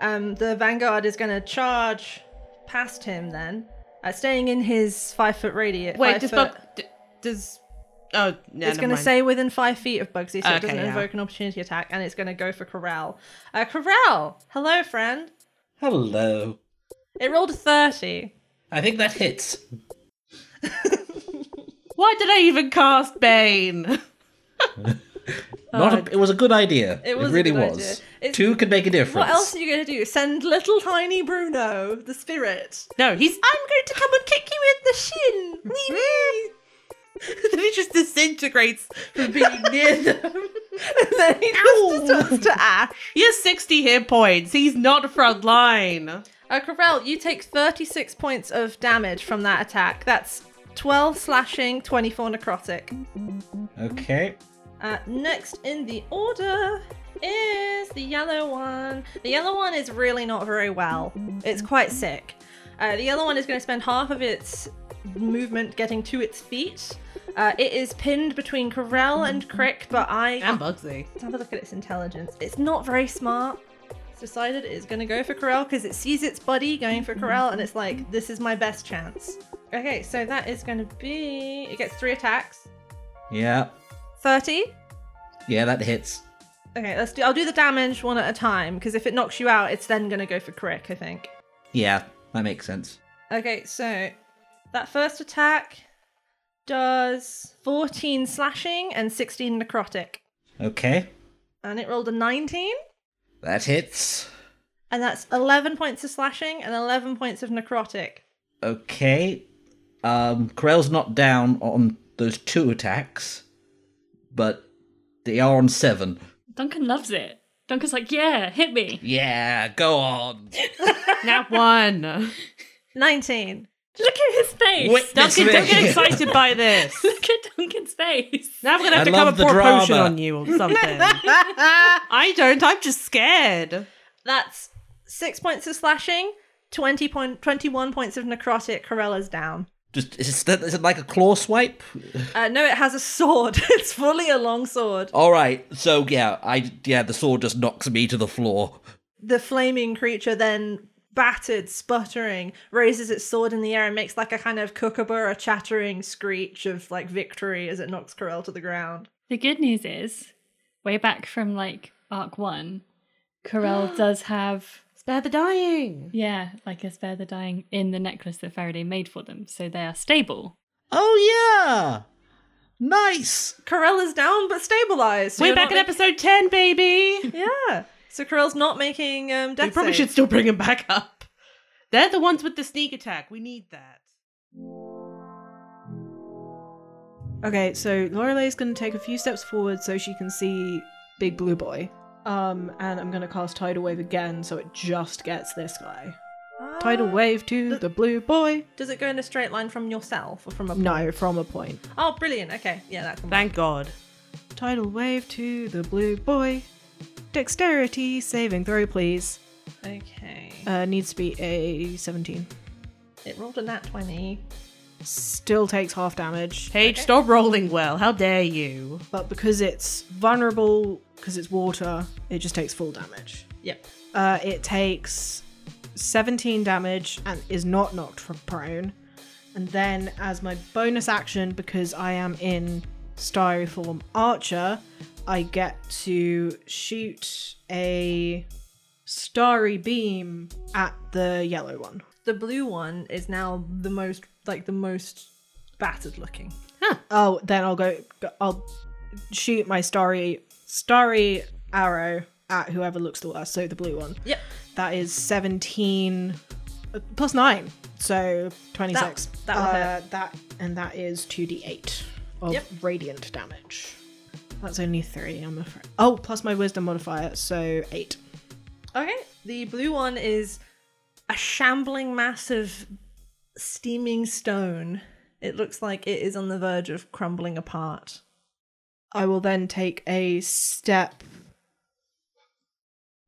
[SPEAKER 1] Um, the vanguard is going to charge past him then, uh, staying in his five foot radius.
[SPEAKER 2] Wait,
[SPEAKER 1] five
[SPEAKER 2] does
[SPEAKER 1] foot-
[SPEAKER 2] Bug d- does oh no,
[SPEAKER 1] it's going
[SPEAKER 2] to
[SPEAKER 1] to say within five feet of Bugsy, so
[SPEAKER 2] Okay,
[SPEAKER 1] it doesn't
[SPEAKER 2] yeah.
[SPEAKER 1] invoke an opportunity attack, and it's going to go for Corral. Uh, Corral, hello, friend.
[SPEAKER 4] Hello.
[SPEAKER 1] It rolled a 30.
[SPEAKER 4] I think that hits.
[SPEAKER 2] Why did I even cast Bane?
[SPEAKER 4] Not a, it was a good idea.
[SPEAKER 1] It
[SPEAKER 4] It,
[SPEAKER 1] was a
[SPEAKER 4] really
[SPEAKER 1] good
[SPEAKER 4] was.
[SPEAKER 1] idea. It's-
[SPEAKER 4] Two could make a difference.
[SPEAKER 1] What else are you going to do? Send little tiny Bruno, the spirit,
[SPEAKER 2] no, he's
[SPEAKER 1] I'm going to come and kick you in the shin. Wee wee.
[SPEAKER 2] he just disintegrates from being near them.
[SPEAKER 1] And then he just turns to ash.
[SPEAKER 2] He has sixty hit points. He's not front line.
[SPEAKER 1] Uh, Corell, you take 36 points of damage from that attack. That's 12 slashing, 24 necrotic.
[SPEAKER 4] Okay.
[SPEAKER 1] Uh, next in the order is the yellow one. The yellow one is really not very well. It's quite sick. Uh, the yellow one is going to spend half of its movement getting to its feet. Uh, it is pinned between Corell and Crick, but I
[SPEAKER 2] And Bugsy.
[SPEAKER 1] Let's have a look at its intelligence. It's not very smart. It's decided it's going to go for Corel because it sees its buddy going for Corel and it's like, this is my best chance. Okay, so that is going to be. It gets three attacks.
[SPEAKER 4] Yeah.
[SPEAKER 1] 30.
[SPEAKER 4] Yeah, that hits.
[SPEAKER 1] Okay, let's do. I'll do the damage one at a time because if it knocks you out, it's then going to go for Crick, I think.
[SPEAKER 4] Yeah, that makes sense.
[SPEAKER 1] Okay, so that first attack does 14 slashing and 16 necrotic.
[SPEAKER 4] Okay.
[SPEAKER 1] And it rolled a 19.
[SPEAKER 4] That hits.
[SPEAKER 1] And that's 11 points of slashing and 11 points of necrotic.
[SPEAKER 4] Okay. Um, Corell's not down on those two attacks, but they are on seven.
[SPEAKER 6] Duncan loves it. Duncan's like, yeah, hit me.
[SPEAKER 4] Yeah, go on.
[SPEAKER 2] Now one.
[SPEAKER 1] 19.
[SPEAKER 6] Look at his face.
[SPEAKER 4] Witness
[SPEAKER 2] Duncan, don't get
[SPEAKER 4] me.
[SPEAKER 2] excited by this.
[SPEAKER 6] Look at Duncan's face.
[SPEAKER 2] Now I'm gonna have to
[SPEAKER 4] I
[SPEAKER 2] come
[SPEAKER 4] love
[SPEAKER 2] and
[SPEAKER 4] the
[SPEAKER 2] pour a potion
[SPEAKER 4] drama.
[SPEAKER 2] on you or something. I don't. I'm just scared.
[SPEAKER 1] That's 6 points of slashing, 20 point, 21 points of necrotic. Corella's down.
[SPEAKER 4] Just is it, is it like a claw swipe?
[SPEAKER 1] Uh, no, it has a sword. it's fully a long sword.
[SPEAKER 4] All right. So yeah, I yeah the sword just knocks me to the floor.
[SPEAKER 1] The flaming creature then, battered, sputtering, raises its sword in the air and makes like a kind of kookaburra chattering screech of like victory as it knocks Corella to the ground.
[SPEAKER 6] The good news is, way back from like arc one, Corel does have
[SPEAKER 2] Spare the dying.
[SPEAKER 6] Yeah, like a spare the dying in the necklace that Faraday made for them, so they are stable.
[SPEAKER 4] Oh yeah, nice.
[SPEAKER 1] Corella's down but stabilized. so
[SPEAKER 2] We're
[SPEAKER 1] you're
[SPEAKER 2] back
[SPEAKER 1] not
[SPEAKER 2] in episode 10, baby.
[SPEAKER 1] making- Yeah. So Corell's not making um, death
[SPEAKER 2] We probably should
[SPEAKER 1] saves.
[SPEAKER 2] still bring him back up. They're the ones with the sneak attack. We need that.
[SPEAKER 5] Okay, so Lorelei's going to take a few steps forward so she can see Big Blue Boy. Um, and I'm going to cast Tidal Wave again so it just gets this guy.
[SPEAKER 1] Ah.
[SPEAKER 5] Tidal Wave to
[SPEAKER 1] th-
[SPEAKER 5] the Blue Boy.
[SPEAKER 1] Does it go in a straight line from yourself or from a
[SPEAKER 5] No, from a point.
[SPEAKER 1] Oh, brilliant. Okay, yeah, that can work.
[SPEAKER 2] Thank God.
[SPEAKER 5] Tidal Wave to the Blue Boy. Dexterity saving throw, please.
[SPEAKER 1] Okay,
[SPEAKER 5] Uh, needs to be a 17.
[SPEAKER 1] it rolled a nat twenty.
[SPEAKER 5] Still takes half damage,
[SPEAKER 2] Paige, stop rolling well. How dare you?
[SPEAKER 5] but because it's vulnerable, because it's water, it just takes full damage.
[SPEAKER 1] Yep.
[SPEAKER 5] Uh, it takes 17 damage and is not knocked from prone. And then, as my bonus action, because I am in Styroform Archer, I get to shoot a starry beam at the yellow one.
[SPEAKER 1] The blue one is now the most like the most battered looking.
[SPEAKER 5] Oh, then I'll go. I'll shoot my starry starry arrow at whoever looks the worst. So the blue one.
[SPEAKER 1] Yep.
[SPEAKER 5] That is 17 uh, plus 9. So 26.
[SPEAKER 1] That- that will
[SPEAKER 5] Uh, that and that is 2d8 of
[SPEAKER 1] Yep.
[SPEAKER 5] radiant damage. That's only 3, I'm afraid. Oh, plus my wisdom modifier, so 8.
[SPEAKER 1] Okay. The blue one is a shambling mass of steaming stone. It looks like it is on the verge of crumbling apart.
[SPEAKER 5] I will then take a step.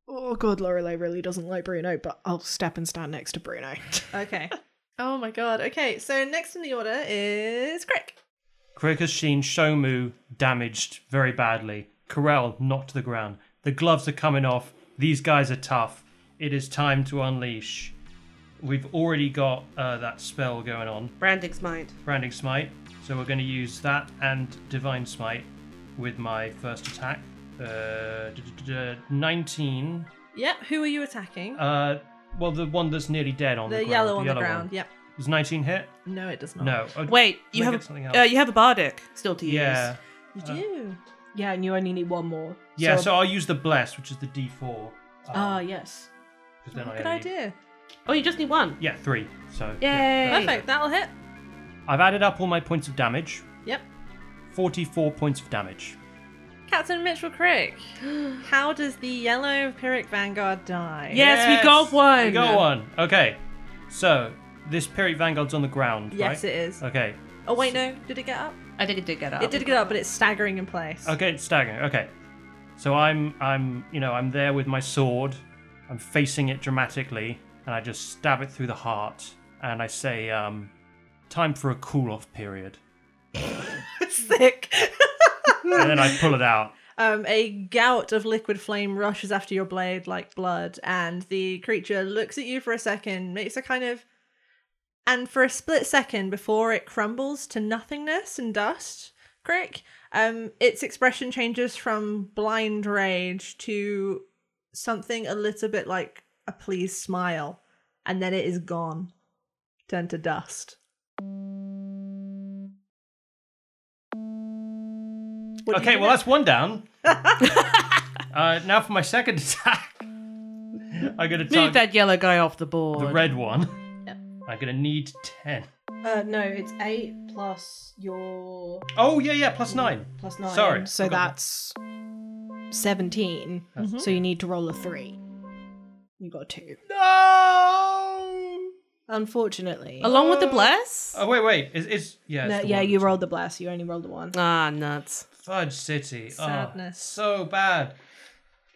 [SPEAKER 5] Oh god, Lorelei really doesn't like Bruno, but I'll step and stand next to Bruno.
[SPEAKER 1] Okay. oh my god. Okay, so next in the order is Crick.
[SPEAKER 3] Craig has seen Shomu damaged very badly. Corell knocked to the ground. The gloves are coming off. These guys are tough. It is time to unleash. We've already got uh, that spell going on,
[SPEAKER 2] Branding's mind.
[SPEAKER 3] branding smite. So we're going to use that and divine smite with my first attack. Uh, d- d- d- nineteen.
[SPEAKER 1] Yep, who are you attacking?
[SPEAKER 3] Uh, well, the one that's nearly dead on the,
[SPEAKER 1] the
[SPEAKER 3] ground.
[SPEAKER 1] yellow on the,
[SPEAKER 3] one.
[SPEAKER 1] ground. Yep.
[SPEAKER 3] Is nineteen hit?
[SPEAKER 1] No, it does not.
[SPEAKER 3] No. Oh,
[SPEAKER 2] Wait, you
[SPEAKER 3] Make
[SPEAKER 2] have
[SPEAKER 3] it something
[SPEAKER 2] a,
[SPEAKER 3] else.
[SPEAKER 2] uh, you have a bardic still to use.
[SPEAKER 3] Yeah.
[SPEAKER 1] You do.
[SPEAKER 5] yeah, and you only need one more.
[SPEAKER 3] Yeah. So, I'll use the bless, which is the D four. um,
[SPEAKER 5] Ah, yes.
[SPEAKER 3] then I
[SPEAKER 1] Good
[SPEAKER 3] only-
[SPEAKER 1] idea.
[SPEAKER 2] Oh, you just need one.
[SPEAKER 3] Yeah, three. So
[SPEAKER 2] Yay!
[SPEAKER 3] yeah.
[SPEAKER 1] Perfect. That'll hit.
[SPEAKER 3] I've added up all my points of damage.
[SPEAKER 1] Yep.
[SPEAKER 3] Forty-four points of damage.
[SPEAKER 1] Captain Mitchell Crick. How does the yellow Pyrrhic Vanguard die?
[SPEAKER 2] Yes, we got one.
[SPEAKER 3] We got one. Okay. So this Pyrrhic Vanguard's on the ground,
[SPEAKER 1] Yes,
[SPEAKER 3] right?
[SPEAKER 1] it is.
[SPEAKER 3] Okay.
[SPEAKER 1] Oh wait, no. Did it get up?
[SPEAKER 2] I think it did get up.
[SPEAKER 1] It did get up, but it's staggering in place.
[SPEAKER 3] Okay, it's staggering. Okay. So I'm I'm you know, I'm there with my sword. I'm facing it dramatically, and I just stab it through the heart, and I say, um, time for a cool-off period.
[SPEAKER 1] Sick.
[SPEAKER 3] and then I pull it out.
[SPEAKER 1] Um, a gout of liquid flame rushes after your blade like blood, and the creature looks at you for a second, makes a kind of, and for a split second before it crumbles to nothingness and dust. Crick. Um, its expression changes from blind rage to something a little bit like a pleased smile, and then it is gone, turned to dust.
[SPEAKER 3] okay, well that's one down. uh, now for my second attack. I'm gonna
[SPEAKER 2] Move
[SPEAKER 3] target
[SPEAKER 2] that yellow guy off the board.
[SPEAKER 3] the red one. I'm gonna need ten.
[SPEAKER 5] Uh, no, it's 8 plus your
[SPEAKER 3] Oh yeah, yeah, plus nine.
[SPEAKER 5] plus 9.
[SPEAKER 3] Sorry,
[SPEAKER 5] So
[SPEAKER 3] forgot that.
[SPEAKER 5] that's 17. So you need to roll a 3. You got a 2.
[SPEAKER 3] No.
[SPEAKER 5] Unfortunately.
[SPEAKER 2] Along with the bless?
[SPEAKER 3] Oh wait, wait. Is is yeah? it's
[SPEAKER 5] No,
[SPEAKER 3] the
[SPEAKER 5] yeah,
[SPEAKER 3] one.
[SPEAKER 5] you rolled the blast. You only rolled the 1.
[SPEAKER 2] Ah, nuts.
[SPEAKER 3] Fudge City. Oh,
[SPEAKER 1] Sadness.
[SPEAKER 3] so bad.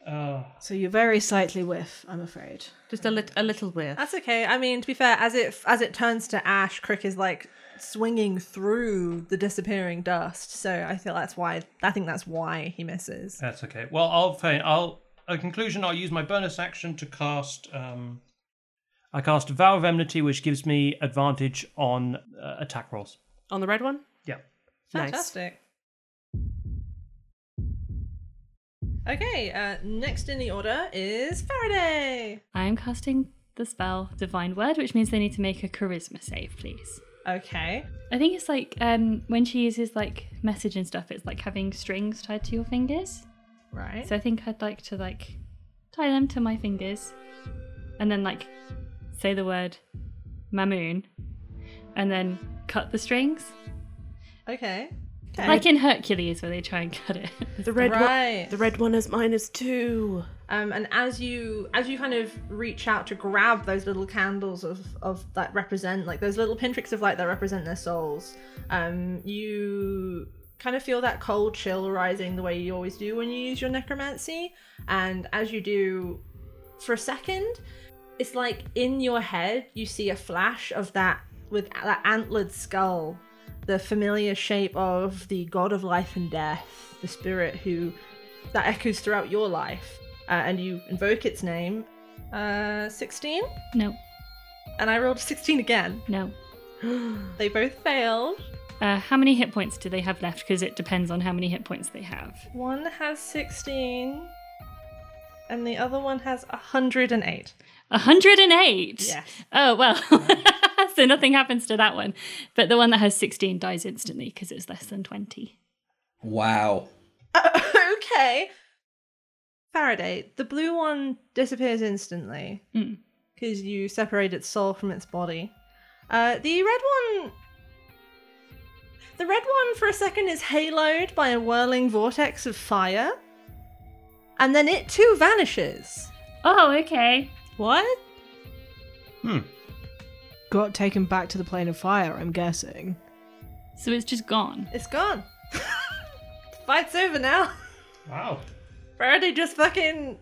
[SPEAKER 3] Oh.
[SPEAKER 5] So you're very slightly whiff, I'm afraid.
[SPEAKER 2] Just a, lit- a little whiff.
[SPEAKER 1] That's okay. I mean, to be fair, as it as it turns to ash, Crick is like swinging through the disappearing dust. So I feel that's why. I think that's why he misses.
[SPEAKER 3] That's okay. Well, I'll faint. I'll. A conclusion. I'll use my bonus action to cast. Um, I cast Vow of Enmity, which gives me advantage on uh, attack rolls.
[SPEAKER 2] On the red one?
[SPEAKER 3] Yeah.
[SPEAKER 2] Nice.
[SPEAKER 1] Fantastic. Okay, uh, next in the order is Faraday.
[SPEAKER 6] I am casting the spell Divine Word, which means they need to make a charisma save, please.
[SPEAKER 1] Okay.
[SPEAKER 6] I think it's like um, when she uses like message and stuff, it's like having strings tied to your fingers.
[SPEAKER 1] Right.
[SPEAKER 6] So I think I'd like to like tie them to my fingers and then like say the word Mamoon and then cut the strings.
[SPEAKER 1] okay. Okay.
[SPEAKER 6] Like in Hercules where they try and cut it.
[SPEAKER 7] The red
[SPEAKER 1] Right.
[SPEAKER 7] one. The red one is minus two.
[SPEAKER 1] Um, and as you as you kind of reach out to grab those little candles of of that represent like those little pinpricks of light that represent their souls, um, you kind of feel that cold chill rising the way you always do when you use your necromancy. And as you do, for a second, it's like in your head you see a flash of that with that antlered skull the familiar shape of the god of life and death the spirit who that echoes throughout your life uh, and you invoke its name uh 16
[SPEAKER 6] no,
[SPEAKER 1] and i rolled a 16 again
[SPEAKER 6] no.
[SPEAKER 1] they both failed
[SPEAKER 6] Uh, how many hit points do they have left? Because it depends on how many hit points they have.
[SPEAKER 1] one has 16 and the other one has 108
[SPEAKER 6] 108!
[SPEAKER 1] Yes.
[SPEAKER 6] Oh, well. so nothing happens to that one. But the one that has 16 dies instantly because it's less than 20.
[SPEAKER 4] Wow.
[SPEAKER 1] okay faraday the blue one disappears instantly
[SPEAKER 6] Mm.
[SPEAKER 1] because you separate its soul from its body. Uh, the red one. The red one for a second is haloed by a whirling vortex of fire. And then it too vanishes.
[SPEAKER 6] Oh, okay.
[SPEAKER 2] What?
[SPEAKER 3] Hmm.
[SPEAKER 5] Got taken back to the plane of fire, I'm guessing.
[SPEAKER 6] So it's just gone.
[SPEAKER 1] It's gone. Fight's over now.
[SPEAKER 3] Wow.
[SPEAKER 1] Faraday just fucking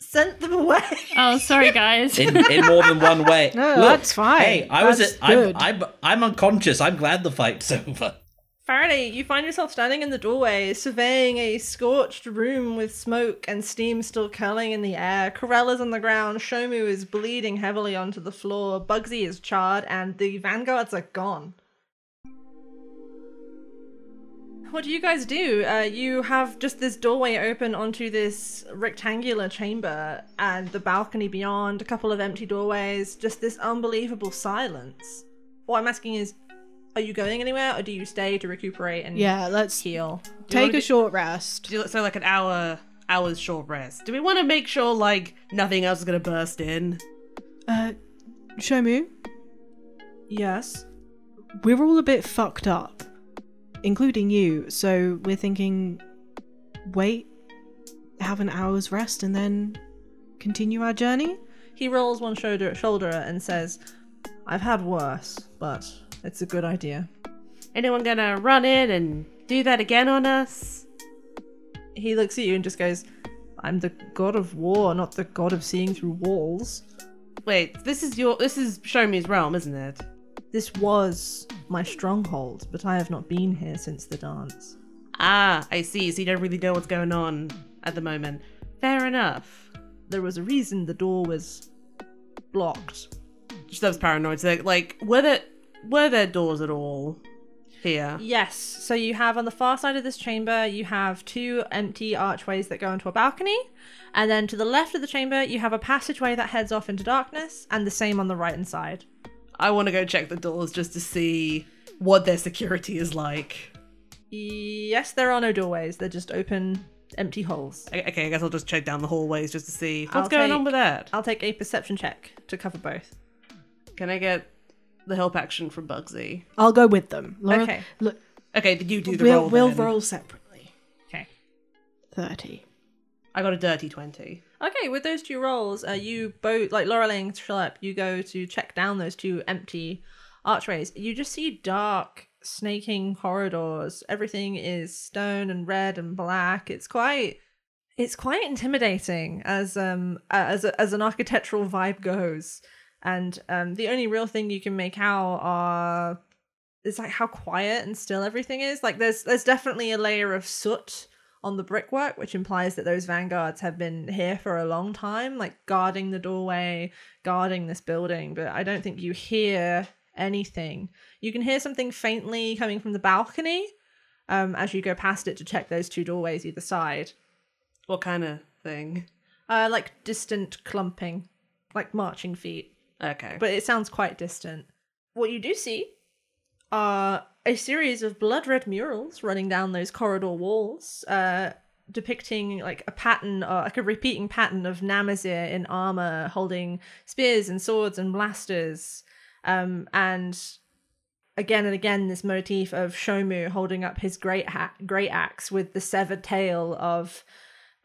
[SPEAKER 1] sent them away.
[SPEAKER 6] Oh, sorry, guys.
[SPEAKER 4] In, in more than one way.
[SPEAKER 5] No,
[SPEAKER 4] Look,
[SPEAKER 5] that's fine.
[SPEAKER 4] Hey, I was.
[SPEAKER 5] That's
[SPEAKER 4] At, I'm,
[SPEAKER 5] good.
[SPEAKER 4] I'm. I'm unconscious. I'm glad the fight's over.
[SPEAKER 1] Faraday, you find yourself standing in the doorway, surveying a scorched room with smoke and steam still curling in the air. Corella's on the ground, Shomu is bleeding heavily onto the floor, Bugsy is charred, and the vanguards are gone. What do you guys do? Uh, you have just this doorway open onto this rectangular chamber, and the balcony beyond, a couple of empty doorways, just this unbelievable silence. What I'm asking is, are you going anywhere, or do you stay to recuperate and
[SPEAKER 5] Yeah, let's
[SPEAKER 1] heal?
[SPEAKER 5] take a short rest.
[SPEAKER 2] Do- So like an hour, hours short rest. Do we want to make sure like nothing else is gonna burst in?
[SPEAKER 5] Uh, Shomu,
[SPEAKER 1] Yes.
[SPEAKER 5] we're all a bit fucked up, including you. So we're thinking, wait, have an hour's rest, and then continue our journey.
[SPEAKER 1] He rolls one shoulder shoulder and says, "I've had worse, but it's a good idea."
[SPEAKER 2] Anyone gonna run in and do that again on us?
[SPEAKER 1] He looks at you and just goes, "I'm the god of war, not the god of seeing through walls."
[SPEAKER 2] Wait, this is your this is Shomi's realm, isn't it?
[SPEAKER 1] This was my stronghold, but I have not been here since the dance.
[SPEAKER 2] Ah, I see. So you don't really know what's going on at the moment. Fair enough.
[SPEAKER 1] There was a reason the door was blocked.
[SPEAKER 2] Just those paranoid. So like, were there were there doors at all here?
[SPEAKER 1] Yes, so you have on the far side of this chamber, you have two empty archways that go into a balcony, and then to the left of the chamber, you have a passageway that heads off into darkness, and the same on the right hand side.
[SPEAKER 2] I want to go check the doors just to see what their security is like.
[SPEAKER 1] Yes, there are no doorways, they're just open, empty holes.
[SPEAKER 2] O- Okay, I guess I'll just check down the hallways just to see what's
[SPEAKER 1] I'll
[SPEAKER 2] going
[SPEAKER 1] take-
[SPEAKER 2] on with that.
[SPEAKER 1] I'll take a perception check to cover both.
[SPEAKER 2] Can I get the help action from Bugsy?
[SPEAKER 5] I'll go with them. Laura,
[SPEAKER 1] Okay.
[SPEAKER 5] Look,
[SPEAKER 2] Okay, then you do the
[SPEAKER 5] we'll,
[SPEAKER 2] roll.
[SPEAKER 5] we'll
[SPEAKER 2] then.
[SPEAKER 5] roll separately.
[SPEAKER 1] Okay.
[SPEAKER 5] Thirty.
[SPEAKER 2] I got a dirty twenty.
[SPEAKER 1] Okay, with those two rolls, uh, you both, like Laura Lang, Schlepp, you go to check down those two empty archways. You just see dark, snaking corridors. Everything is stone and red and black. It's quite. It's quite intimidating as um a- as a, as an architectural vibe goes, and um the only real thing you can make out are is like how quiet and still everything is. Like there's there's definitely a layer of soot on the brickwork, which implies that those vanguards have been here for a long time, like guarding the doorway, guarding this building. But I don't think you hear anything. You can hear something faintly coming from the balcony um, as you go past it to check those two doorways either side.
[SPEAKER 2] What kind of thing?
[SPEAKER 1] Uh, like distant clumping, like marching feet.
[SPEAKER 2] Okay.
[SPEAKER 1] but it sounds quite distant. What you do see are a series of blood red murals running down those corridor walls, uh, depicting like a pattern, or like a repeating pattern of Namazir in armor holding spears and swords and blasters. Um, and again and again, this motif of Shomu holding up his great, ha- great axe with the severed tail of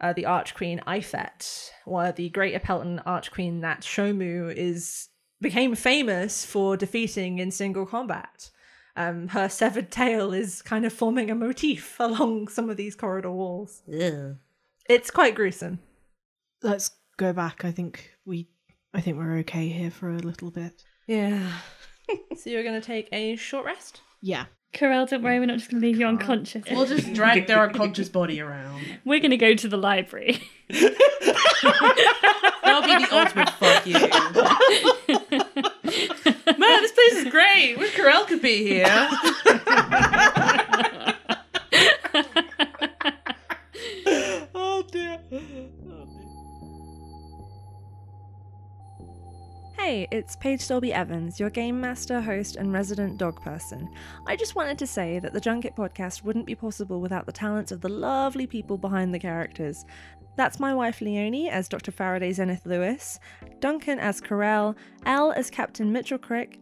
[SPEAKER 1] uh, the Arch Queen Ifet, one of the great Appelton Arch Queen that Shomu is became famous for defeating in single combat. Um, her severed tail is kind of forming a motif along some of these corridor walls. It's quite gruesome.
[SPEAKER 5] Let's go back. I think we I think we're okay here for a little bit.
[SPEAKER 2] yeah.
[SPEAKER 1] so you're going to take a short rest.
[SPEAKER 5] Yeah.
[SPEAKER 6] Corel, don't worry, we're not just going to leave you unconscious.
[SPEAKER 2] We'll just drag their unconscious body around.
[SPEAKER 6] We're going to go to the library.
[SPEAKER 2] That'll be the ultimate fuck you. Man, this place is great. Wish Corel could be here.
[SPEAKER 4] Oh dear.
[SPEAKER 1] Hey, it's Paige Dolby Evans, your game master, host, and resident dog person. I just wanted to say that the Junket podcast wouldn't be possible without the talents of the lovely people behind the characters. That's my wife Leonie as Dr. Faraday Zenith Lewis, Duncan as Corell, Elle as Captain Mitchell Crick,